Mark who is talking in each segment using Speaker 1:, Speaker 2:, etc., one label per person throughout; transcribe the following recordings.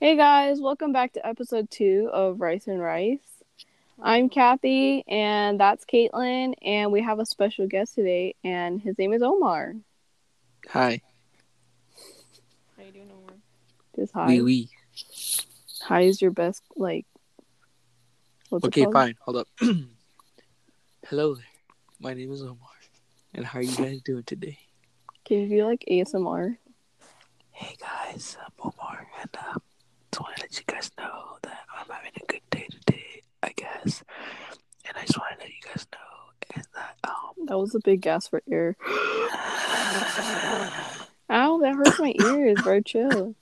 Speaker 1: Hey guys, welcome back to episode two of Rice and Rice. I'm Kathy, and that's Caitlin, and we have a special guest today, and his name is Omar.
Speaker 2: Hi.
Speaker 3: How you doing, Omar?
Speaker 1: Just hi.
Speaker 2: Wee wee.
Speaker 1: Hi is your best, like. What's it
Speaker 2: Okay,
Speaker 1: called?
Speaker 2: fine. Hold up. Hello there. My name is Omar. And how are you guys doing today?
Speaker 1: Can you do like ASMR?
Speaker 2: Hey guys, I'm Omar. And um, just want to let you guys know that I'm having a good day today, I guess. And I just want to let you guys know is that, um,
Speaker 1: That was a big gasp for air. Ow, that hurts my ears, bro. Chill.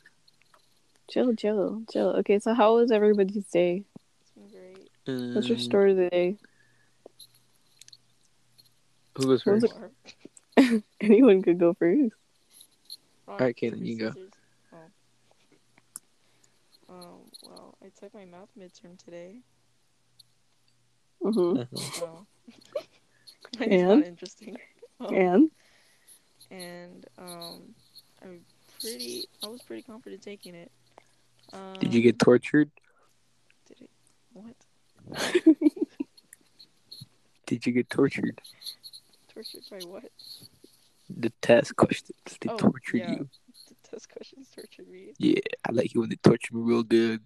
Speaker 1: Chill, chill, chill. Okay, so how was everybody's day?
Speaker 3: It's been great.
Speaker 2: Um,
Speaker 1: What's
Speaker 2: Mm.
Speaker 1: your story of the day?
Speaker 2: Who goes
Speaker 1: What was
Speaker 2: first?
Speaker 1: it- Anyone could go first.
Speaker 2: Alright, Caitlin, you go.
Speaker 3: go. Oh. Um, well, I took my math midterm today.
Speaker 1: hmm
Speaker 2: Uh-huh.
Speaker 3: So it's
Speaker 1: And?
Speaker 3: not interesting. Um,
Speaker 1: And
Speaker 3: and um, I'm pretty. I was pretty confident taking it. Um,
Speaker 2: Did you get tortured?
Speaker 3: Did it, what?
Speaker 2: Did you get tortured?
Speaker 3: Tortured by what?
Speaker 2: The test questions, they
Speaker 3: Oh,
Speaker 2: tortured
Speaker 3: yeah.
Speaker 2: you.
Speaker 3: The test questions tortured me.
Speaker 2: Yeah, I like you when they torture me real good.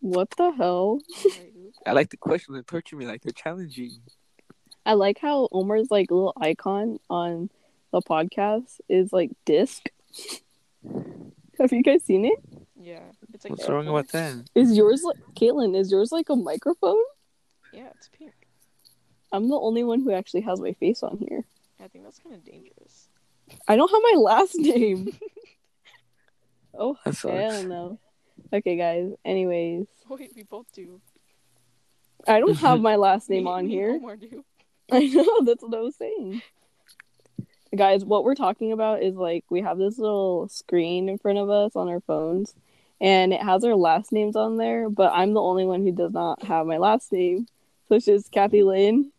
Speaker 1: what the hell?
Speaker 3: Like, oop.
Speaker 2: I like the question that torture me, like they're challenging.
Speaker 1: I like how Omar's like little icon on the podcast is like disc. Have you guys seen it?
Speaker 3: yeah. It's like
Speaker 2: What's wrong
Speaker 3: purple.
Speaker 2: about that?
Speaker 1: Is yours like Caitlin? Is yours like a microphone?
Speaker 3: Yeah, it's pink.
Speaker 1: I'm the only one who actually has my face on here.
Speaker 3: I think that's kind of dangerous.
Speaker 1: I don't have my last name. oh
Speaker 2: That sucks.
Speaker 1: hell no. Okay, guys. Anyways,
Speaker 3: Wait, we both do.
Speaker 1: I don't have my last name
Speaker 3: Me-
Speaker 1: on
Speaker 3: me and
Speaker 1: here.
Speaker 3: Omar do.
Speaker 1: I know, that's what I was saying. Guys, what we're talking about is like we have this little screen in front of us on our phones and it has our last names on there, but I'm the only one who does not have my last name. So it's just Kathy Lynn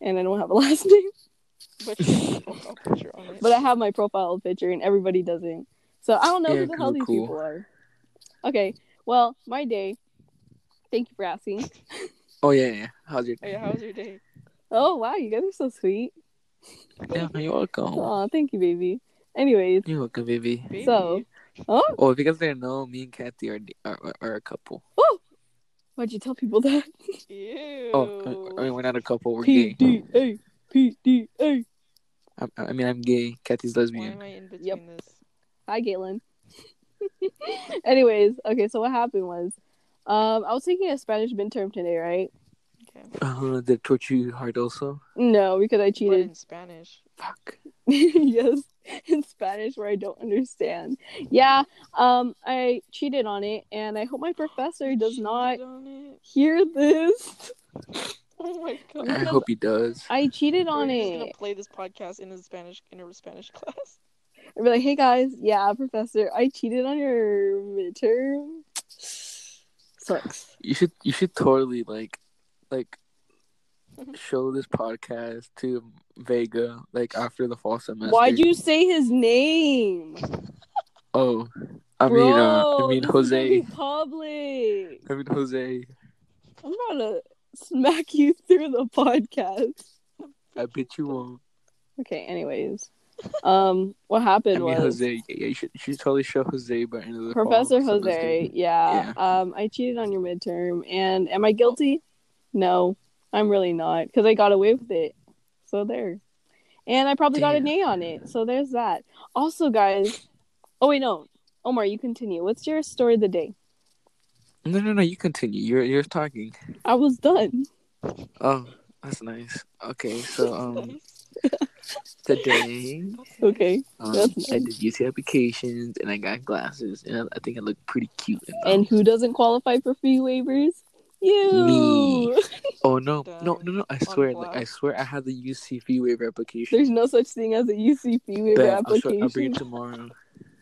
Speaker 1: and I don't have a last name.
Speaker 3: But I'll put your on it.
Speaker 1: But I have my profile picture and everybody doesn't. So I don't know
Speaker 2: Yeah,
Speaker 1: who the
Speaker 2: 'cause
Speaker 1: hell
Speaker 2: we're
Speaker 1: these
Speaker 2: cool.
Speaker 1: people are. Okay. Well, my day. Thank you for asking.
Speaker 2: Oh yeah, yeah. How's your
Speaker 3: Hey, how was your day?
Speaker 1: Oh wow, you guys are so sweet.
Speaker 2: Yeah, you're welcome.
Speaker 1: Aw, thank you, baby. Anyways,
Speaker 2: You're welcome, baby.
Speaker 3: Baby.
Speaker 1: So- oh
Speaker 2: Oh, if you guys didn't know, me and Kathy are are, are a couple.
Speaker 1: Why'd you tell people that?
Speaker 3: Ew.
Speaker 2: Oh, I mean we're not a couple. We're
Speaker 1: P
Speaker 2: gay.
Speaker 1: D A P D A.
Speaker 2: I, I mean I'm gay. Kathy's
Speaker 3: Why am
Speaker 2: lesbian.
Speaker 3: I in between
Speaker 1: Yep.
Speaker 3: this?
Speaker 1: Hi, Caitlin. Anyways, okay, so what happened was, um, I was taking a Spanish midterm today, right?
Speaker 3: Okay.
Speaker 2: Uh, they torture you hard also.
Speaker 1: No, because I
Speaker 3: But
Speaker 1: cheated.
Speaker 3: in Spanish.
Speaker 2: Fuck.
Speaker 1: yes, in Spanish where I don't understand. Yeah, um, I cheated on it, and I hope my professor does
Speaker 3: Cheated
Speaker 1: not
Speaker 3: on it.
Speaker 1: hear this.
Speaker 3: Oh my god.
Speaker 2: I hope he does.
Speaker 1: I cheated
Speaker 3: We're
Speaker 1: on
Speaker 3: just gonna
Speaker 1: it.
Speaker 3: play this podcast in a Spanish in a Spanish class.
Speaker 1: I'd be like, hey guys, yeah, professor, I cheated on your midterm. Sucks.
Speaker 2: You should you should totally like like
Speaker 3: Mm-hmm.
Speaker 2: show this podcast to Vega like after the fall semester.
Speaker 1: Why'd you say his name?
Speaker 2: Oh, I
Speaker 1: Bro,
Speaker 2: mean uh, I mean
Speaker 1: this is gonna be
Speaker 2: Jose.
Speaker 1: public.
Speaker 2: I mean Jose.
Speaker 1: I'm gonna smack you through the podcast.
Speaker 2: I bet you won't.
Speaker 1: Okay, anyways. Um what happened
Speaker 2: I mean,
Speaker 1: was
Speaker 2: Jose. Yeah, you should, you should totally show Jose by end of the fall
Speaker 1: Professor
Speaker 2: semester.
Speaker 1: Jose, yeah, Um I cheated on your midterm and am I guilty? No, I'm really not because I got away with it. So there. And I probably got
Speaker 2: Damn.
Speaker 1: an A on it. So there's that. Also guys Oh wait no. Omar, you continue. What's your story of the day?
Speaker 2: No, no, no. You continue. You're you're talking.
Speaker 1: I was done.
Speaker 2: Oh, that's nice. Okay, so um,
Speaker 3: Nice.
Speaker 2: today
Speaker 3: That's
Speaker 1: Okay.
Speaker 2: um,
Speaker 1: That's
Speaker 2: I did UT applications and I got glasses and I, I think I look pretty cute. In them.
Speaker 1: And who doesn't qualify for fee waivers? You.
Speaker 2: Me. oh no, no,
Speaker 3: Dang.
Speaker 2: no, no! I
Speaker 3: On
Speaker 2: swear, like I
Speaker 3: blast.
Speaker 2: swear, I had the UC fee waiver application.
Speaker 1: There's no such thing as a UC fee waiver
Speaker 2: Bet. I'll, show,
Speaker 1: application.
Speaker 2: I'll bring it tomorrow.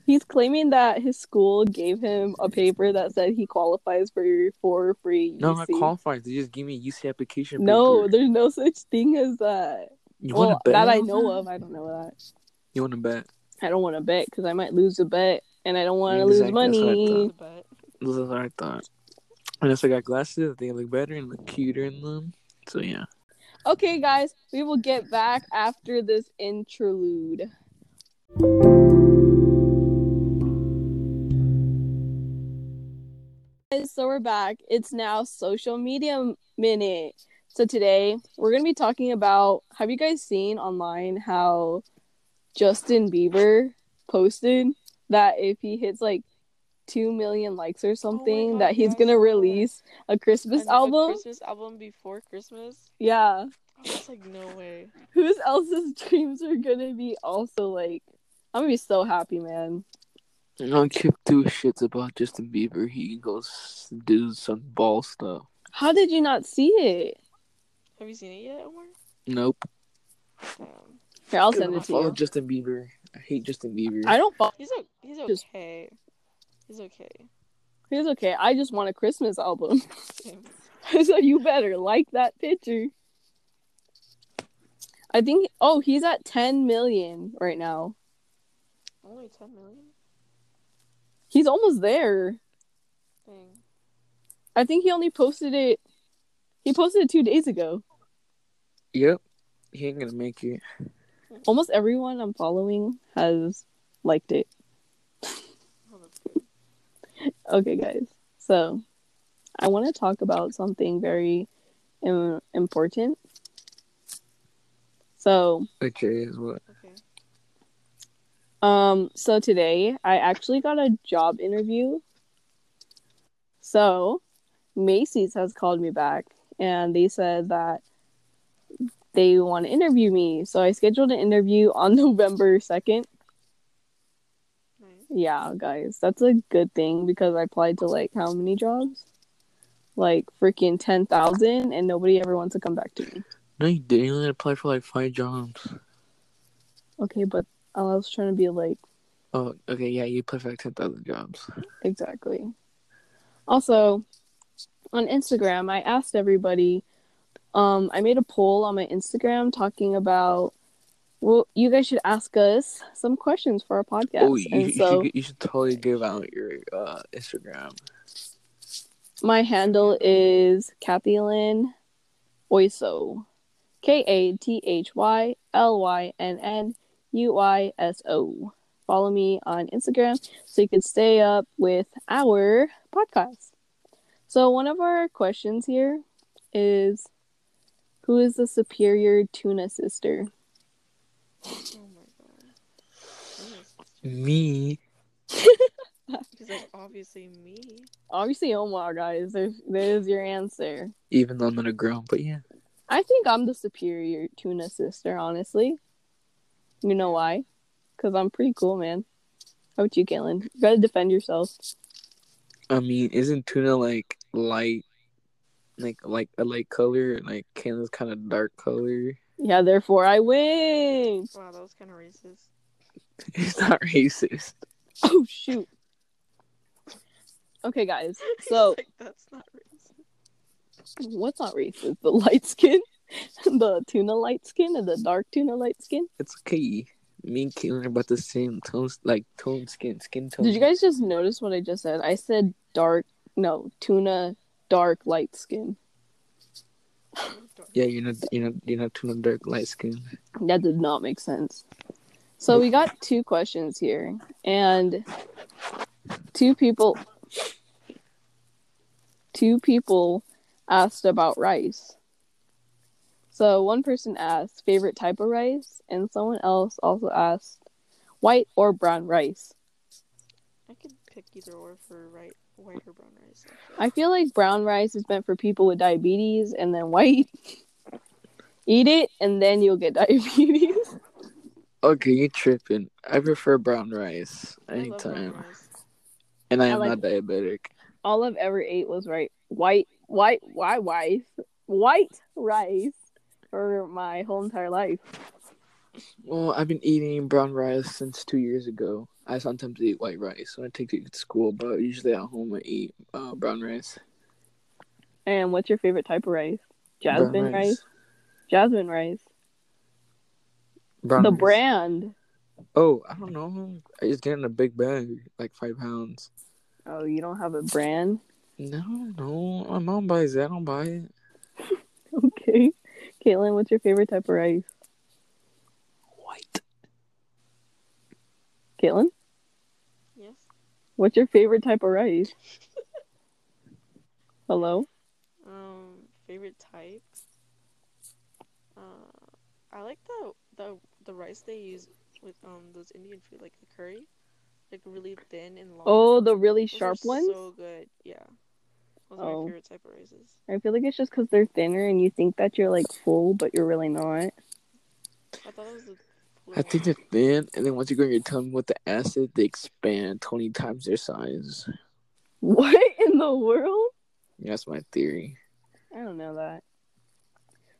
Speaker 1: He's claiming that his school gave him a paper that said he qualifies for for free UC.
Speaker 2: No, I'm not qualified. They just give me a UC application.
Speaker 1: No,
Speaker 2: paper.
Speaker 1: there's no such thing as that.
Speaker 2: you want
Speaker 1: Well,
Speaker 2: to bet?
Speaker 1: that I
Speaker 2: on
Speaker 1: know of. I don't know that.
Speaker 2: You want to bet?
Speaker 1: I don't want to bet because I might lose a bet, and I don't want to
Speaker 2: Exactly,
Speaker 1: lose
Speaker 2: that's what I
Speaker 1: money.
Speaker 3: the bet.
Speaker 2: This is what I thought. And if I got glasses, they look better and look cuter in them. So yeah.
Speaker 1: Okay, guys, we will get back after this interlude. Guys, so we're back. It's now social media minute. So today we're gonna be talking about. Have you guys seen online how Justin Bieber posted that if he hits like two million likes or something,
Speaker 3: Oh God,
Speaker 1: that he's
Speaker 3: yes, I
Speaker 1: gonna
Speaker 3: saw that.
Speaker 1: release a Christmas
Speaker 3: And the
Speaker 1: album?
Speaker 3: Christmas album before Christmas.
Speaker 1: Yeah.
Speaker 3: I was like, no way.
Speaker 1: whose else's dreams are gonna be also like I'm gonna be so happy, man.
Speaker 2: I don't give two shits about Justin Bieber. He can go s- do some ball stuff.
Speaker 1: How did you not see it?
Speaker 3: Have you seen it yet, Omar?
Speaker 2: Nope.
Speaker 3: Damn.
Speaker 1: Here, I'll
Speaker 2: I
Speaker 1: send
Speaker 2: don't
Speaker 1: it to
Speaker 2: follow
Speaker 1: you.
Speaker 2: Justin Bieber. I hate Justin Bieber.
Speaker 1: I don't follow.
Speaker 3: He's o- he's
Speaker 1: Just-
Speaker 3: okay. He's okay.
Speaker 1: He's okay. I just want a Christmas album,
Speaker 3: Same.
Speaker 1: so you better like that picture. I think. Oh, he's at 10 million right now.
Speaker 3: Only ten million.
Speaker 1: He's almost there.
Speaker 3: Dang.
Speaker 1: I think he only posted it. He posted it two days ago.
Speaker 2: Yep. He ain't gonna make it.
Speaker 1: Almost everyone I'm following has liked it.
Speaker 3: Oh, that's good.
Speaker 1: Okay, guys. So, I want to talk about something very im- important. So,
Speaker 2: Which is what?
Speaker 3: Okay.
Speaker 1: um, so today I actually got a job interview. So, Macy's has called me back and they said that they want to interview me. So, I scheduled an interview on November 2nd.
Speaker 3: Nice.
Speaker 1: Yeah, guys, that's a good thing because I applied to like how many jobs? Like freaking 10,000 and nobody ever wants to come back to me.
Speaker 2: No, you didn't. You only apply for like five jobs.
Speaker 1: Okay, but I was trying to be like
Speaker 2: Oh, okay. Yeah, you applied for like 10,000 jobs.
Speaker 1: exactly. Also, on Instagram, I asked everybody um I made a poll on my Instagram talking about well, you guys should ask us some questions for our podcast.
Speaker 2: oh, you,
Speaker 1: and
Speaker 2: you,
Speaker 1: so
Speaker 2: should, you should totally give out your uh, Instagram.
Speaker 1: My handle is Kathy Lynn Oiso. K A T H Y L Y N N U I S O. Follow me on Instagram so you can stay up with our podcast. So, one of our questions here is Who is the superior tuna sister?
Speaker 3: Oh my god. Yes.
Speaker 2: Me.
Speaker 3: Because like obviously me.
Speaker 1: Obviously, oh Omar, guys. There's, there's your answer.
Speaker 2: Even though I'm not a girl, but yeah.
Speaker 1: I think I'm the superior tuna sister, honestly. You know why? Because I'm pretty cool, man. How about you, Galen? You gotta defend yourself.
Speaker 2: I mean, isn't tuna like light, like like a light color, and like Canada's kind of dark color?
Speaker 1: Yeah, therefore I win.
Speaker 3: Wow, that was kind of racist.
Speaker 2: It's not racist.
Speaker 1: Oh shoot. Okay, guys. So
Speaker 3: He's like, that's not racist.
Speaker 1: what's not racist? The light skin, the tuna light skin, and the dark tuna light skin.
Speaker 2: It's okay. Me and Caitlin are about the same tones, like tone skin, skin tone.
Speaker 1: Did you guys just notice what I just said? I said dark. No, tuna, dark light skin.
Speaker 2: Yeah, you're not, you're not, you're not tuna dark light skin.
Speaker 1: That did not make sense. So we got two questions here, and two people, two people asked about rice. So one person asked favorite type of rice, and someone else also asked white or brown rice.
Speaker 3: I could pick either or for right white or brown rice. actually.
Speaker 1: I feel like brown rice is meant for people with diabetes, and then white. Eat it, and then you'll get diabetes.
Speaker 2: Okay, you're tripping. I prefer brown rice
Speaker 3: I love brown
Speaker 2: anytime,
Speaker 3: rice.
Speaker 2: and I
Speaker 1: I
Speaker 2: am
Speaker 1: like-
Speaker 2: not diabetic.
Speaker 1: all I've ever ate was right white white white rice white rice for my whole entire life.
Speaker 2: Well, I've been eating brown rice since two years ago. I sometimes eat white rice when I take it to school, but usually at home I eat uh, brown rice.
Speaker 1: And what's your favorite type of rice?
Speaker 2: Brown
Speaker 1: Jasmine rice. Jasmine rice.
Speaker 2: Brown
Speaker 1: the
Speaker 2: rice.
Speaker 1: brand.
Speaker 2: Oh, I don't know. I just get in a big bag, like five pounds.
Speaker 1: Oh, you don't have a brand?
Speaker 2: No, no, my mom buys it. I don't buy it.
Speaker 1: Okay. Caitlin, what's your favorite type of rice?
Speaker 2: White.
Speaker 1: Caitlin,
Speaker 3: Yes.
Speaker 1: what's your favorite type of rice? Hello?
Speaker 3: Um, favorite type. Uh, I like the the the rice they use with um those Indian food, like the curry, like really thin and long.
Speaker 1: Oh, the really
Speaker 3: Those are
Speaker 1: sharp ones?
Speaker 3: So good, yeah. Those are
Speaker 1: Oh.
Speaker 3: my favorite type of rices.
Speaker 1: I feel like it's just because they're thinner and you think that you're like full, but you're really not.
Speaker 3: I thought it was the.
Speaker 2: I think they're thin, and then once you go in your tummy with the acid, they expand 20 times their size.
Speaker 1: What in the world?
Speaker 2: That's my theory.
Speaker 1: I don't know that.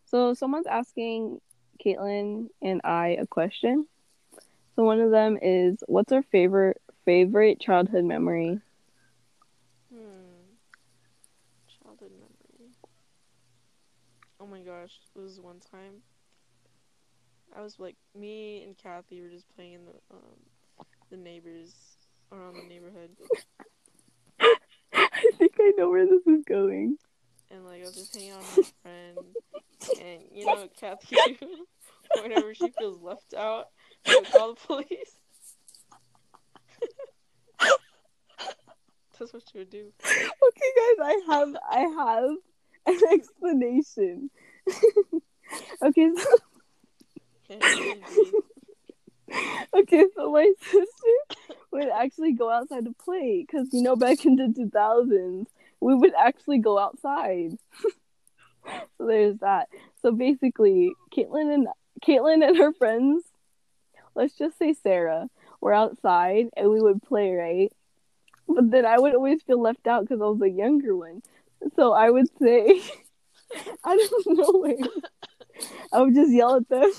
Speaker 1: So someone's asking Caitlin and I a question. So one of them is, "What's our favorite favorite childhood memory?"
Speaker 3: Hmm. Childhood memory. Oh my gosh, there was one time. I was like, me and Kathy were just playing in the um, the neighbors around the neighborhood,
Speaker 1: I think I know where this is going.
Speaker 3: and like I was just hanging out with my friend, and you know Kathy, whenever she feels left out, she'll call the police. That's what she would do.
Speaker 1: Okay, guys, I have I have an explanation. okay, so
Speaker 3: And she'd be-
Speaker 1: okay, so my sister would actually go outside to play because you know back in the two thousands we would actually go outside. so there's that. So basically, Caitlin and Caitlin and her friends, let's just say Sarah, were outside and we would play right. But then I would always feel left out because I was the younger one. So I would say, I don't know where. I would just yell at them.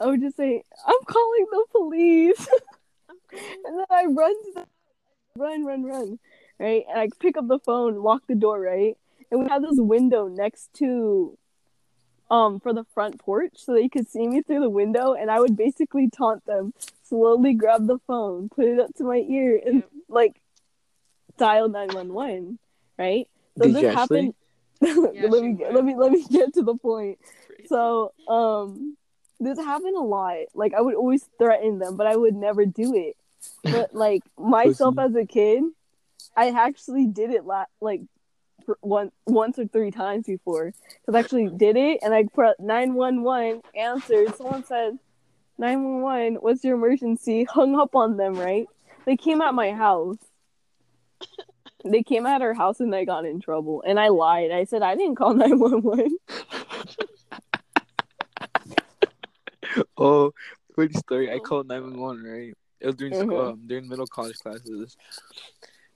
Speaker 1: I would just say, I'm calling the police.
Speaker 3: I'm going
Speaker 1: And then I run to the run, run, run. Right? And I pick up the phone, lock the door, right? And we had this window next to um for the front porch so they could see me through the window and I would basically taunt them, slowly grab the phone, put it up to my ear and
Speaker 3: Yep.
Speaker 1: like dial nine one one, right? So
Speaker 2: Did you
Speaker 1: this happened
Speaker 3: Yeah,
Speaker 1: let
Speaker 3: she
Speaker 1: me get,
Speaker 3: would.
Speaker 1: let me let me get to the point.
Speaker 3: crazy.
Speaker 1: So, um, this happened a lot. Like, I would always threaten them, but I would never do it. But like myself as a kid, I actually did it la- like for one once or three times before. Cause I actually did it, and I put nine one one answered. Someone said nine one one. What's your emergency? Hung up on them. Right? They came at my house. They came at our house and I got in trouble. And I lied. I said I didn't call nine one one.
Speaker 2: Oh, funny story. I
Speaker 3: Oh.
Speaker 2: called 911, right? It was during
Speaker 1: Mhm.
Speaker 2: school, um, during middle college classes.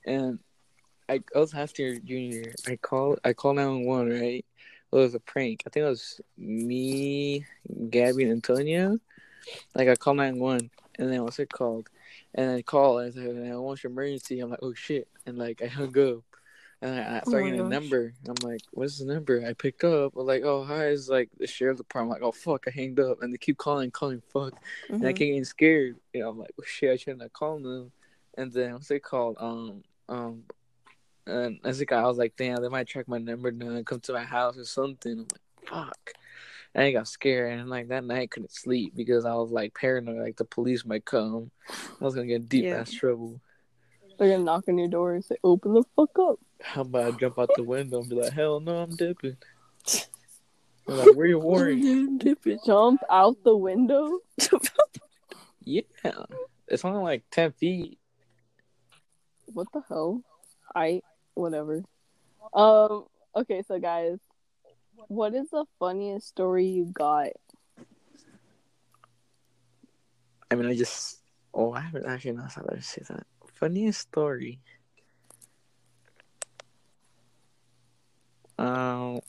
Speaker 2: And I, I was half year junior. I called I called 911, right? Well, it was a prank. I think it was me, Gabby, and Antonia. Like, I called 911, and then what's it called? And I called, and I said, I want your emergency. I'm like, oh shit. And like, I hung up. And I, I
Speaker 1: Oh
Speaker 2: started
Speaker 1: my
Speaker 2: getting a
Speaker 1: gosh.
Speaker 2: number. I'm like, what's the number? I pick up. I'm like, oh, hi. It's like the sheriff's department. I'm like, oh, fuck. I hanged up. And they keep calling, calling, fuck. And I
Speaker 1: Mhm.
Speaker 2: keep getting scared. You know, I'm like, well, shit, I shouldn't have called them. And then what's it called? Um, um, and as a guy, I was like, damn, they might track my number now and come to my house or something. I'm like, fuck. And I got scared. And like that night, I couldn't sleep because I was like paranoid, like the police might come. I was gonna get in deep
Speaker 3: Yeah.
Speaker 2: ass trouble.
Speaker 1: They're gonna knock on your door and say, "Open the fuck up."
Speaker 2: How about I jump out the window and be like, hell no, I'm dipping. They're like, where your warrant?
Speaker 1: I'm dipping. Jump out the window.
Speaker 2: Yeah. It's only like 10 feet.
Speaker 1: What the hell? I whatever. Um. Okay, so guys, what is the funniest story you got?
Speaker 2: I mean, I just. Oh, I haven't actually not how to say that. Funniest story. Um,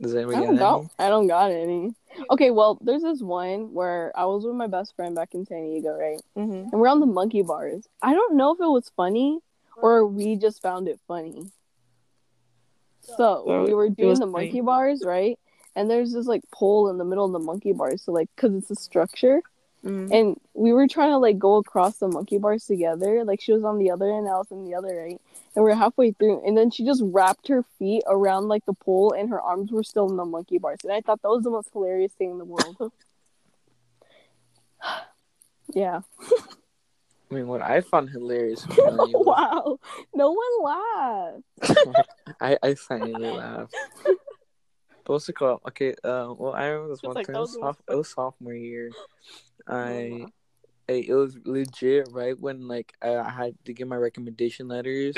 Speaker 2: does
Speaker 1: I
Speaker 2: anybody
Speaker 1: don't
Speaker 2: got
Speaker 1: got. I don't got any. Okay, well, there's this one where I was with my best friend back in San Diego, right?
Speaker 3: Mm-hmm.
Speaker 1: And we're on the monkey bars. I don't know if it was funny or we just found it funny. So
Speaker 2: So,
Speaker 1: we were doing
Speaker 2: was
Speaker 1: the
Speaker 2: funny.
Speaker 1: monkey bars, right? And there's this like pole in the middle of the monkey bars, so like, cause it's a structure.
Speaker 3: Mm.
Speaker 1: and we were trying to like go across the monkey bars together. Like she was on the other end, I was on the other right, and we are halfway through, and then she just wrapped her feet around like the pole, and her arms were still in the monkey bars, and I thought that was the most hilarious thing in the world. yeah.
Speaker 2: I mean, what I found hilarious. was when you-
Speaker 1: wow. No one laughed.
Speaker 2: I I finally laughed. But what's it called? Okay, uh, well, I remember this
Speaker 3: It's
Speaker 2: one
Speaker 3: like,
Speaker 2: time.
Speaker 3: that
Speaker 2: It
Speaker 3: was
Speaker 2: was,
Speaker 3: the
Speaker 2: soph-
Speaker 3: most
Speaker 2: it was sophomore year. I,
Speaker 3: Oh,
Speaker 1: laugh.
Speaker 2: I it was legit right when like I I had to get my recommendation letters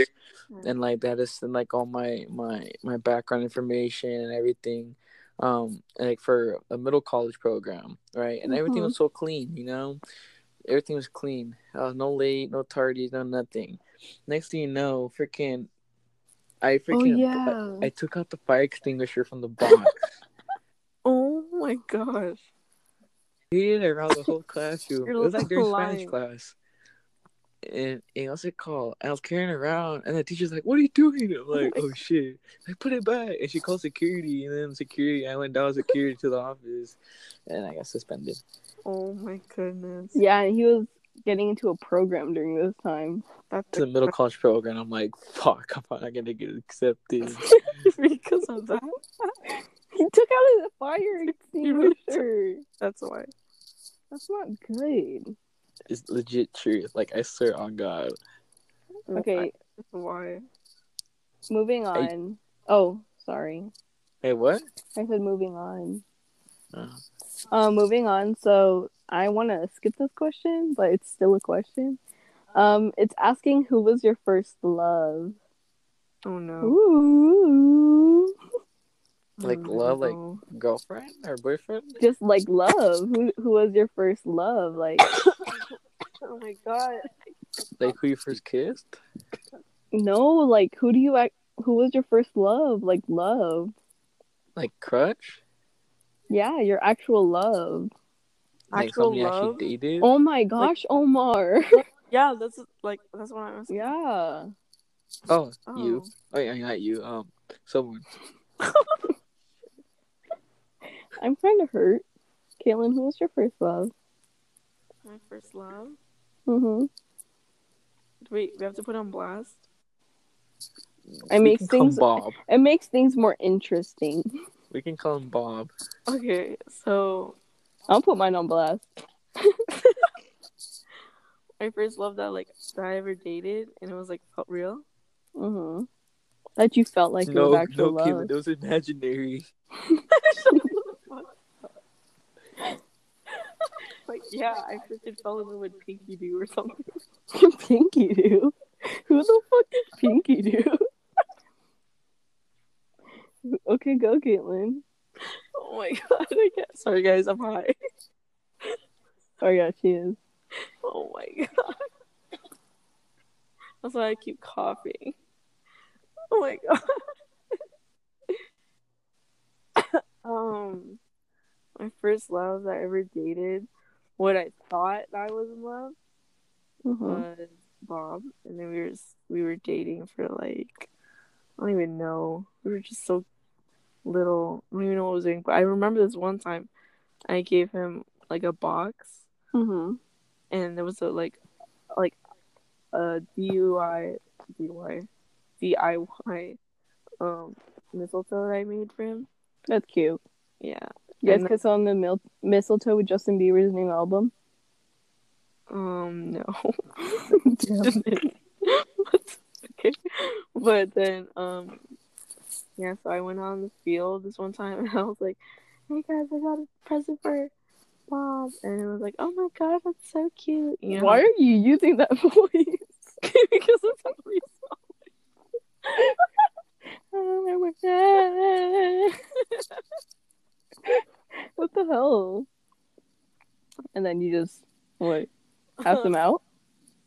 Speaker 3: Mm.
Speaker 2: and like that is and, like all my my my background information and everything, um, and, like for a middle college program, right? And everything
Speaker 3: Mm-hmm.
Speaker 1: Mhm.
Speaker 2: was so clean, you know. Everything was clean. Uh, no late, no tardies, no nothing. Next thing you know, freaking, I
Speaker 1: Oh
Speaker 2: freaking I-
Speaker 1: yeah.
Speaker 2: I took out the fire extinguisher from the box.
Speaker 3: Oh my gosh.
Speaker 2: Did it around the whole classroom. It
Speaker 3: You're
Speaker 2: was like during Spanish
Speaker 3: lying.
Speaker 2: class. And, and I was like, call. And I was carrying it around, and the teacher's like, "What are you doing?" I'm like,
Speaker 3: my
Speaker 2: "Oh shit!" Like, put it back. And she called security, and then security. I went down with security to the office, and I got suspended.
Speaker 3: Oh my goodness.
Speaker 1: Yeah, and he was getting into a program during this time.
Speaker 3: That's
Speaker 2: To the middle college program, I'm like, "Fuck! I'm not gonna get accepted."
Speaker 3: because of that.
Speaker 1: He took out his fire extinguisher.
Speaker 3: That's why.
Speaker 1: That's not good.
Speaker 2: it's legit truth. Like, I swear on God.
Speaker 1: Okay,
Speaker 3: Why?
Speaker 1: moving
Speaker 2: I-
Speaker 1: on. Oh, sorry.
Speaker 2: Hey, what?
Speaker 1: I said moving on.
Speaker 2: Uh,
Speaker 1: Uh, moving on. So I want to skip this question, but it's still a question. Um, it's asking who was your first love.
Speaker 3: Oh no.
Speaker 1: Ooh,
Speaker 2: Like
Speaker 3: Oh,
Speaker 2: love, like-
Speaker 3: no.
Speaker 2: girlfriend or boyfriend?
Speaker 1: just like love. Who who was your first love? Like
Speaker 3: Oh my god.
Speaker 2: Like who you first kissed?
Speaker 1: no, like who do you act? Who was your first love? Like love.
Speaker 2: Like crush?
Speaker 1: Yeah, your actual love.
Speaker 2: Like
Speaker 3: Actual
Speaker 2: somebody you
Speaker 3: love?
Speaker 2: actually dated?
Speaker 1: Oh my gosh, Omar.
Speaker 3: Yeah, that's like that's what I was.
Speaker 1: yeah.
Speaker 2: Oh,
Speaker 3: Oh.
Speaker 2: you? Oh, yeah, not you. Um, someone.
Speaker 1: I'm kind of hurt. Caitlin, who was your first love?
Speaker 3: My first love.
Speaker 1: hmm
Speaker 3: Wait, we have to put on blast.
Speaker 1: I
Speaker 2: we
Speaker 1: make
Speaker 2: can call him
Speaker 1: things-
Speaker 2: Bob.
Speaker 1: It makes things more interesting.
Speaker 2: We can call him Bob.
Speaker 3: Okay, so
Speaker 1: I'll put mine on blast.
Speaker 3: my first love that like that I ever dated, and it was like felt real.
Speaker 1: hmm That you felt like it
Speaker 2: no,
Speaker 1: was actual
Speaker 2: no, Caitlin,
Speaker 1: love.
Speaker 2: that was imaginary.
Speaker 3: Like yeah, I freaking fell in love with Pinky Doo or something.
Speaker 1: Pinky Doo. Who the fuck is Pinky Doo? okay, go, Caitlin.
Speaker 3: Oh my god, I guess. Sorry guys, I'm high.
Speaker 1: Oh yeah, she is.
Speaker 3: Oh my god. That's why I keep coughing. Oh my god. um, my first love that I ever dated, what I thought I was in love
Speaker 1: hmm
Speaker 3: was Bob, and then we were we were dating for like I don't even know. We were just so little. I don't even know what I was doing. But I remember this one time, I gave him like a box
Speaker 1: hmm
Speaker 3: and there was a like like a DUI DUI DIY um mistletoe that I made for him.
Speaker 1: That's cute.
Speaker 3: Yeah.
Speaker 1: Yes,
Speaker 3: And-
Speaker 1: because on the mil- mistletoe with Justin Bieber's new album.
Speaker 3: Um no. but, okay. But then um yeah, so I went out in the field this one time and I was like, Hey guys, I got a present for Bob and it was like, Oh my god, that's so cute. You know?
Speaker 1: Why are you using that voice?
Speaker 3: because it's a police
Speaker 1: Oh my God. what the hell? And then you just what pass them out?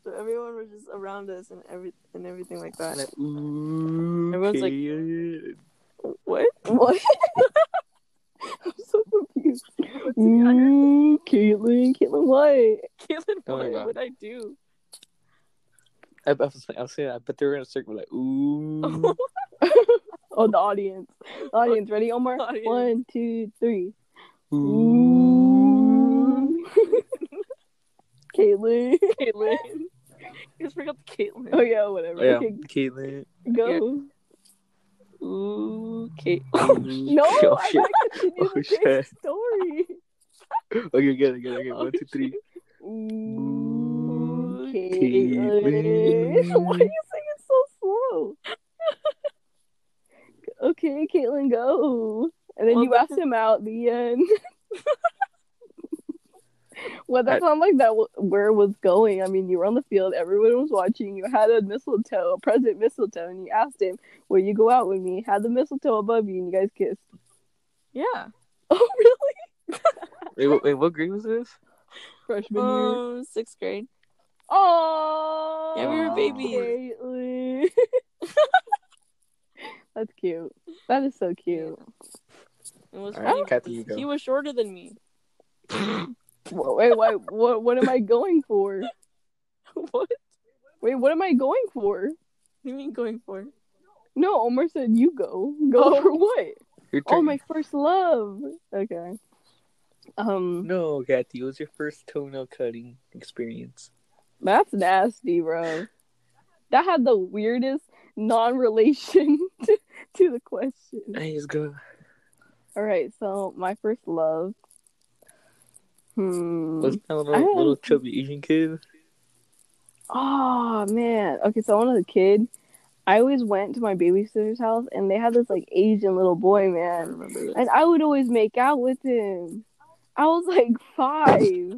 Speaker 3: So everyone was just around us and every and everything like that.
Speaker 2: Like, ooh,
Speaker 3: Everyone's like-
Speaker 2: Caitlin.
Speaker 3: What?
Speaker 1: What? I'm so confused. Mm. Ooh, Caitlin, Caitlin, what?
Speaker 3: Caitlin,
Speaker 1: Oh
Speaker 2: Don't worry
Speaker 3: what
Speaker 2: about
Speaker 3: would I do?
Speaker 2: I, I was like, I'll say that, but they were in a circle like, ooh.
Speaker 1: Oh, the audience, audience, ready, Omar?
Speaker 3: Audience.
Speaker 1: One, two, three.
Speaker 2: ooh.
Speaker 1: Caitlin.
Speaker 3: Caitlin. Just bring up Caitlin.
Speaker 1: Oh yeah, whatever.
Speaker 2: Oh, yeah,
Speaker 1: Okay,
Speaker 2: Caitlin.
Speaker 1: go. Oh,
Speaker 3: Ooh, Caitlin.
Speaker 1: No,
Speaker 2: Oh,
Speaker 1: I
Speaker 2: shit.
Speaker 1: gotta continue
Speaker 2: Oh,
Speaker 1: the
Speaker 2: shit.
Speaker 1: big story.
Speaker 2: Okay, good, good, okay. One, two, three.
Speaker 1: Ooh,
Speaker 2: Caitlin.
Speaker 1: Caitlin. Why are you singing so slow? okay, Caitlin, go. And then
Speaker 3: Well,
Speaker 1: you
Speaker 3: this
Speaker 1: asked him out the end. well, that sounded like that w- where it was going. I mean, you were on the field, everyone was watching. You had a mistletoe, a present mistletoe, and you asked him, "Will you go out with me?" Had the mistletoe above you, and you guys kissed.
Speaker 3: Yeah.
Speaker 1: Oh, really?
Speaker 2: Wait, wait, wait, what grade was this?
Speaker 1: Freshman year.
Speaker 3: Um, sixth grade.
Speaker 1: Oh,
Speaker 2: Yeah, we were babies.
Speaker 1: Caitlin. That's cute. That is so cute.
Speaker 3: It was
Speaker 2: All right,
Speaker 3: funny
Speaker 2: Kathy, you
Speaker 3: because
Speaker 2: go.
Speaker 3: he was shorter than me.
Speaker 1: Wha- Wait, what? What? What am I going for?
Speaker 3: what?
Speaker 1: Wait, what am I going for?
Speaker 3: What do you mean going for?
Speaker 1: No, Omar said you go. Go
Speaker 3: Oh.
Speaker 1: for what?
Speaker 2: Your
Speaker 1: Oh,
Speaker 2: turn.
Speaker 1: my first love. Okay. Um,
Speaker 2: No, Kathy, what was your first toenail cutting experience?
Speaker 1: that's nasty, bro. That had the weirdest non-relation to, to the question.
Speaker 2: I just go.
Speaker 1: All right, so my first love. Hmm.
Speaker 2: Was that little,
Speaker 1: I don't-
Speaker 2: little chubby Asian kid?
Speaker 1: Oh man. Okay, so when I was a kid, I always went to my babysitter's house and they had this like Asian little boy,
Speaker 2: I
Speaker 1: man.
Speaker 2: remember that.
Speaker 1: And I would always make out with him. I was like five.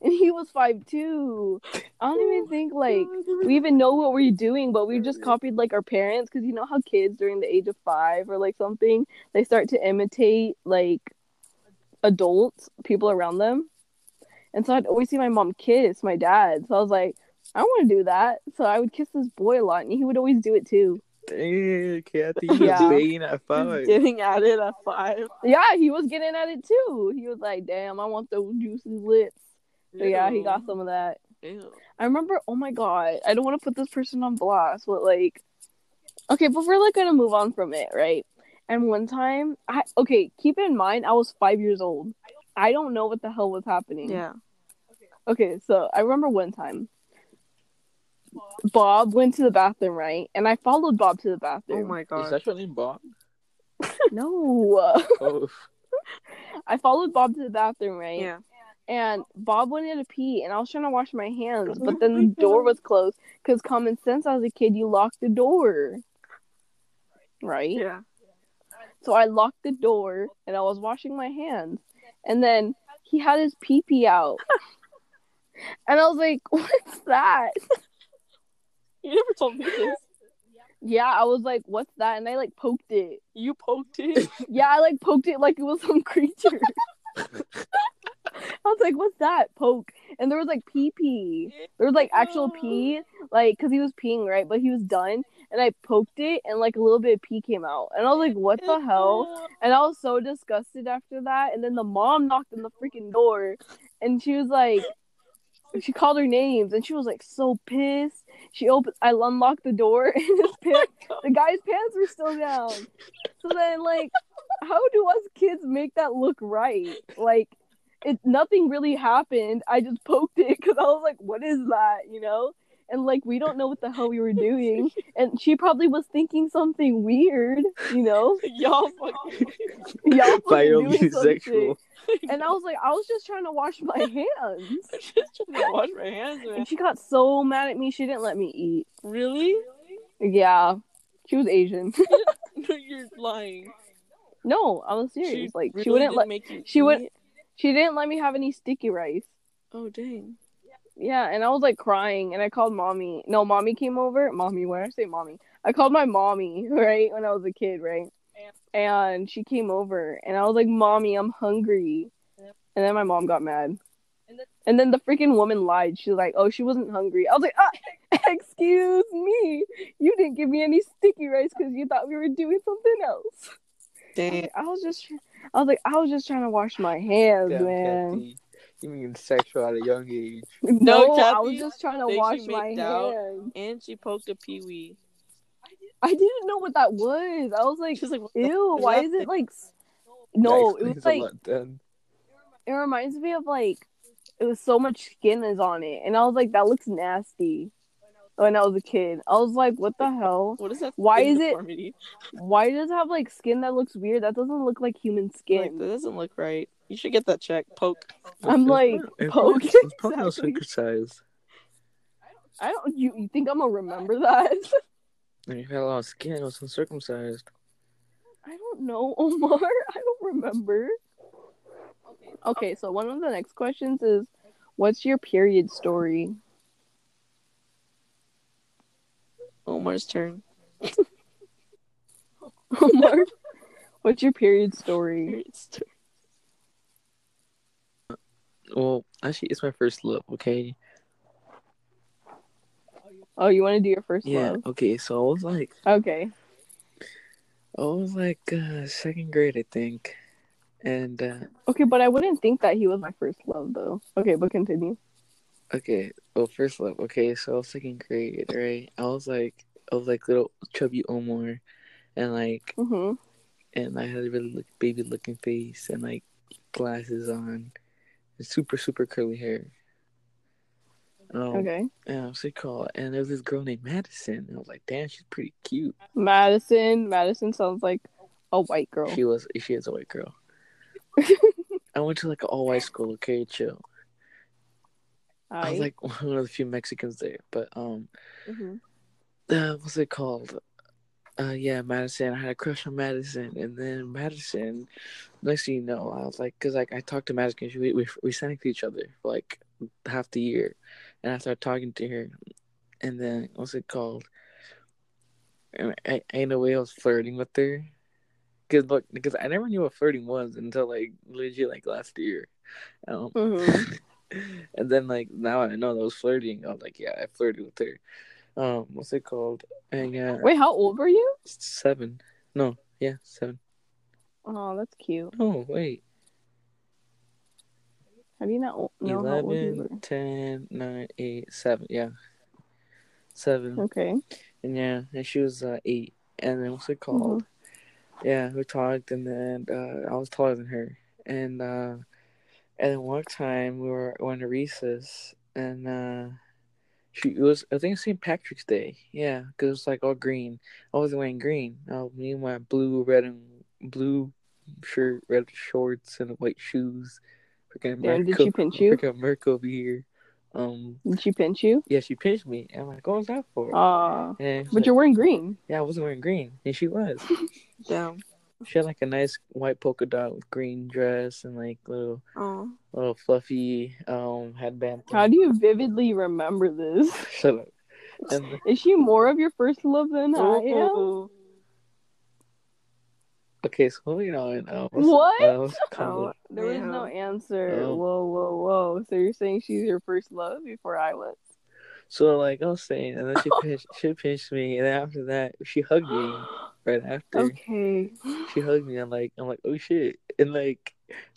Speaker 1: And he was five too. I don't even think
Speaker 3: Oh,
Speaker 1: like we even know what we're doing, but we've just copied like our parents because you know how kids during the age of five or like something, they start to imitate like adults, people around them. And so I'd always see my mom kiss my dad. So I was like, I want to do that. So I would kiss this boy a lot, and he would always do it too.
Speaker 2: Dang, Kathy, you
Speaker 1: Yeah.
Speaker 2: was banging at five.
Speaker 3: Just getting at it at five.
Speaker 1: Yeah, he was getting at it too. He was like, damn, I want those juicy lips. So yeah, he got some of that.
Speaker 3: Ew.
Speaker 1: I remember, oh my god, I don't want to put this person on blast, but like, okay, but we're like gonna move on from it, right? And one time, I okay, keep in mind, I was five years old. I don't know what the hell was happening.
Speaker 3: Yeah.
Speaker 1: Okay, so I remember one time, Bob went to the bathroom, right? And I followed Bob to the bathroom.
Speaker 3: Oh my
Speaker 2: Is
Speaker 3: god.
Speaker 2: that your name, Bob?
Speaker 1: No,
Speaker 2: Oh,
Speaker 1: I followed Bob to the bathroom, right?
Speaker 3: yeah.
Speaker 1: and Bob went in to pee, and I was trying to wash my hands,
Speaker 3: Oh
Speaker 1: but then
Speaker 3: my
Speaker 1: the door
Speaker 3: God.
Speaker 1: was closed because common sense as a kid, you lock the door, right?
Speaker 3: Yeah.
Speaker 1: So I locked the door, and I was washing my hands, and then he had his pee pee out, and I was like, "What's that?"
Speaker 3: You never told me this.
Speaker 1: Yeah, I was like, "What's that?" And I like poked it.
Speaker 3: You poked it.
Speaker 1: Yeah, I like poked it like it was some creature. I was like, "What's that?" Poke, and there was like pee pee. There was like actual pee, like because he was peeing, right? But he was done, and I poked it, and like a little bit of pee came out, and I was like, "What the hell?" And I was so disgusted after that. And then the mom knocked on the freaking door, and she was like, she called her names, and she was like so pissed. She opened, I unlocked the door, and his pants, the guy's pants were still down. So then, like, how do us kids make that look right? Like. It nothing really happened. I just poked it because I was like, "What is that?" You know, and like we don't know what the hell we were doing. And she probably was thinking something weird. You know,
Speaker 3: Y'all fucking.
Speaker 1: y'all fucking doing some
Speaker 2: bisexual.
Speaker 1: shit. And I was like, I was just trying to wash my hands.
Speaker 3: I'm just trying to wash my hands, man.
Speaker 1: And she got so mad at me, she didn't let me eat.
Speaker 3: Really?
Speaker 1: Yeah, she was Asian.
Speaker 3: No, you're lying.
Speaker 1: no, I was serious.
Speaker 3: She
Speaker 1: like she
Speaker 3: really
Speaker 1: wouldn't
Speaker 3: did
Speaker 1: let
Speaker 3: make you
Speaker 1: she wouldn't-
Speaker 3: eat?
Speaker 1: she didn't let me have any sticky rice.
Speaker 3: Oh dang.
Speaker 1: Yeah, and I was like crying, and I called mommy. No, mommy came over. Mommy, when I say mommy, I called my mommy right when I was a kid, right? And she came over, and I was like, "Mommy, I'm hungry." And then my mom got mad, and then the freaking woman lied. She was like, "Oh, she wasn't hungry." I was like, ah, "Excuse me, you didn't give me any sticky rice because you thought we were doing something else."
Speaker 3: Dang.
Speaker 1: I was just, I was like, I was just trying to wash my hands,
Speaker 2: Damn,
Speaker 1: man.
Speaker 2: Kathy. You mean sexual at a young age?
Speaker 1: No, I
Speaker 3: Kathy,
Speaker 1: was just trying
Speaker 3: they
Speaker 1: to
Speaker 3: should
Speaker 1: wash
Speaker 3: make
Speaker 1: my
Speaker 3: doubt.
Speaker 1: hands.
Speaker 3: And she poked a peewee.
Speaker 1: I didn't know what that was. I was like,
Speaker 3: She's like, what the-
Speaker 1: ew,
Speaker 3: is
Speaker 1: why
Speaker 3: that
Speaker 1: is
Speaker 3: thing?"
Speaker 1: it like. s- No,
Speaker 2: That
Speaker 1: it was
Speaker 2: explains a
Speaker 1: like.
Speaker 2: lot then.
Speaker 1: It reminds me of like it was so much skin is on it, and I was like, that looks nasty. When I was a kid, I was like, what the hell?
Speaker 3: What is that?
Speaker 1: Why is it-
Speaker 3: deformity?
Speaker 1: Why does it have like skin that looks weird? That doesn't look like human
Speaker 3: Like,
Speaker 1: skin.
Speaker 3: that doesn't look right. You should get that checked. Poke.
Speaker 1: I'm like,
Speaker 2: it's
Speaker 1: poke,
Speaker 2: It's probably not
Speaker 1: exactly.
Speaker 2: circumcised.
Speaker 1: I don't. You, you think I'm gonna remember that?
Speaker 2: And you had a lot of skin. It was uncircumcised.
Speaker 1: I don't know, Omar. I don't remember. Okay, so one of the next questions is, what's your period story?
Speaker 3: Omar's turn.
Speaker 1: Omar, what's your period story?
Speaker 3: It's
Speaker 2: Well, actually, it's my first love. Okay.
Speaker 1: Oh, you want to do your first
Speaker 2: Yeah.
Speaker 1: love?
Speaker 2: Okay. So I was like,
Speaker 1: Okay.
Speaker 2: I was like uh, second grade, I think, and uh,
Speaker 1: Okay, but I wouldn't think that he was my first love, though. Okay, but continue.
Speaker 2: Okay, well, first love. Okay, so I was second grade, right? I was like, I was like little chubby Omar, and like,
Speaker 1: hmm
Speaker 2: and I had a really look, baby looking face and like glasses on, and super super curly hair. Um,
Speaker 1: Okay.
Speaker 2: And I was like, call, and there was this girl named Madison, and I was like, damn, she's pretty cute.
Speaker 1: Madison. Madison sounds like a white girl.
Speaker 2: She was, she is a white girl. I went to like an all white school. Okay, chill. I was
Speaker 1: Aye.
Speaker 2: like one of the few Mexicans there, but um.
Speaker 1: Mhm.
Speaker 2: uh, what's it called? Uh, yeah, Madison. I had a crush on Madison, and then Madison. Next thing you know, I was like, because like I talked to Madison, she, we we we sang to each other for like half the year, and I started talking to her, and then what's it called? And I, I in a way I was flirting with her, cause look, because I never knew what flirting was until like legit like last year, um,
Speaker 1: Mhm.
Speaker 2: and then like now I know that was flirting. I was like, yeah, I flirted with her. Um, what's it called? And yeah,
Speaker 1: Wait, how old were you?
Speaker 2: Seven. No, yeah, seven.
Speaker 1: Oh, that's cute.
Speaker 2: Oh, wait.
Speaker 1: How do you not o- know how old you
Speaker 2: eleven,
Speaker 1: were?
Speaker 2: ten, nine, eight, seven. Yeah. Seven.
Speaker 1: Okay.
Speaker 2: And yeah, and she was uh, eight. And then what's it
Speaker 1: Mm-hmm.
Speaker 2: called? Yeah, we talked, and then uh, I was taller than her. And uh, and then one time we were going to recess, and uh, she it was I think it was St. Patrick's Day. Yeah, because it was like all green. I was wearing green. I was me and my blue, red, and blue shirt, red shorts, and white shoes. Freaking
Speaker 1: Damn, did
Speaker 2: America-
Speaker 1: she pinch you?
Speaker 2: Freaking America over here. Um,
Speaker 1: Did she pinch you?
Speaker 2: yeah, she pinched me. and I'm like, what was that for?
Speaker 1: Uh,
Speaker 2: and she's
Speaker 1: but
Speaker 2: like,
Speaker 1: you're wearing green.
Speaker 2: yeah, I wasn't wearing green, and she was.
Speaker 3: Damn.
Speaker 2: She had like a nice white polka dot with green dress and like little
Speaker 3: Oh.
Speaker 2: little fluffy um headband.
Speaker 1: How do you vividly remember this?
Speaker 2: Shut up. And
Speaker 1: Is she more of your first love than
Speaker 2: Oh,
Speaker 1: I am?
Speaker 3: Ooh.
Speaker 2: okay, so moving on. Um,
Speaker 1: What?
Speaker 2: uh, what's it called?
Speaker 3: Oh,
Speaker 1: There was no
Speaker 3: yeah.
Speaker 1: answer.
Speaker 2: Oh.
Speaker 1: Whoa, whoa, whoa. So you're saying she's your first love before I was?
Speaker 2: So like I was saying, and then she pinched, she pinched me, and then after that she hugged me right after.
Speaker 1: okay.
Speaker 2: She hugged me. I'm like, I'm like, oh shit, and like,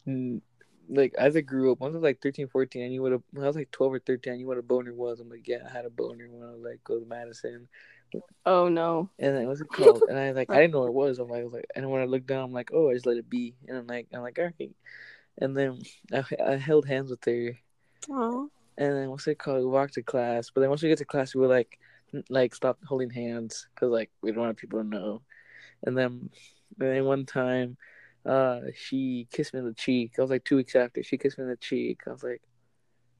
Speaker 2: n- like as I grew up, once I was like 13, 14, I knew what a when I was like 12 or 13, I knew what a boner was. I'm like, yeah, I had a boner when I was like go to Madison.
Speaker 1: Oh no.
Speaker 2: And then what's it called? And I like I didn't know what it was. I'm like, I was like, and when I looked down, I'm like, oh, I just let it be. And I'm like, I'm like, all right. And then I, I held hands with her.
Speaker 3: Oh.
Speaker 2: And then what's it called? We walked to class. But then once we get to class, we were like, n- like stop holding hands because like we don't want people to know. And then, and then one time, uh, she kissed me on the cheek. I was like two weeks after she kissed me on the cheek. I was like,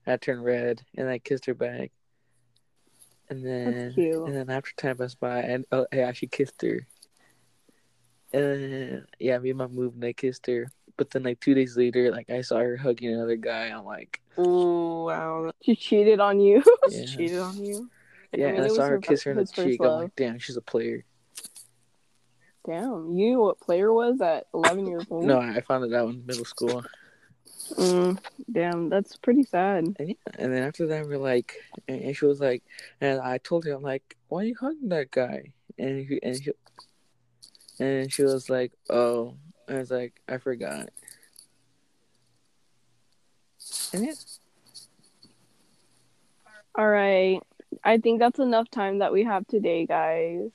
Speaker 2: I turned red and I kissed her back. And then,
Speaker 1: cute.
Speaker 2: and then after time passed by, and oh, I actually kissed her. And then, yeah, me and my moved and I kissed her. But then, like two days later, like I saw her hugging another guy. I'm like,
Speaker 3: Ooh. Wow.
Speaker 1: She cheated on you.
Speaker 3: That's
Speaker 2: Yeah.
Speaker 3: cheated on you.
Speaker 2: Yeah,
Speaker 1: I mean,
Speaker 2: and I
Speaker 1: it was
Speaker 2: saw her
Speaker 1: her
Speaker 2: kiss her in the
Speaker 1: his first
Speaker 2: cheek. I'm
Speaker 1: love.
Speaker 2: like, damn, she's a player.
Speaker 1: Damn. You knew what player was at 11 years old?
Speaker 2: No, I found it out in middle school.
Speaker 1: Mm, damn, that's pretty sad.
Speaker 2: And yeah, and then after that, we're like, and, and she was like, and I told her, I'm like, why are you hugging that guy? And he, and she, and she was like, oh, I was like, I forgot. And yeah,
Speaker 1: All right. I think that's enough time that we have today, guys.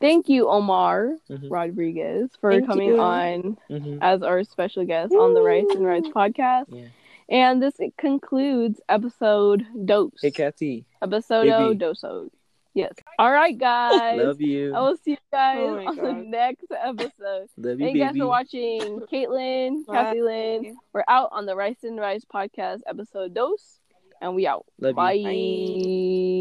Speaker 1: Thank you, Omar
Speaker 2: Mhm.
Speaker 1: Rodriguez, for
Speaker 3: Thank
Speaker 1: coming
Speaker 3: you.
Speaker 1: on
Speaker 2: hmm
Speaker 1: as our special guest on the Rice and Rights podcast.
Speaker 2: Yeah.
Speaker 1: And this concludes episode dose.
Speaker 2: Hey, Kathy.
Speaker 1: Episodo
Speaker 2: baby.
Speaker 1: doso. Yes. All right, guys.
Speaker 2: Love you.
Speaker 1: I will see you guys
Speaker 3: Oh my
Speaker 1: on the
Speaker 3: God.
Speaker 1: next episode.
Speaker 2: Love you,
Speaker 1: Thank you guys
Speaker 2: baby.
Speaker 1: for watching. Caitlin,
Speaker 3: Bye.
Speaker 1: Kathy Lynn. We're out on the Rice and Rice podcast episode dose, and we out.
Speaker 2: Love you.
Speaker 1: Bye.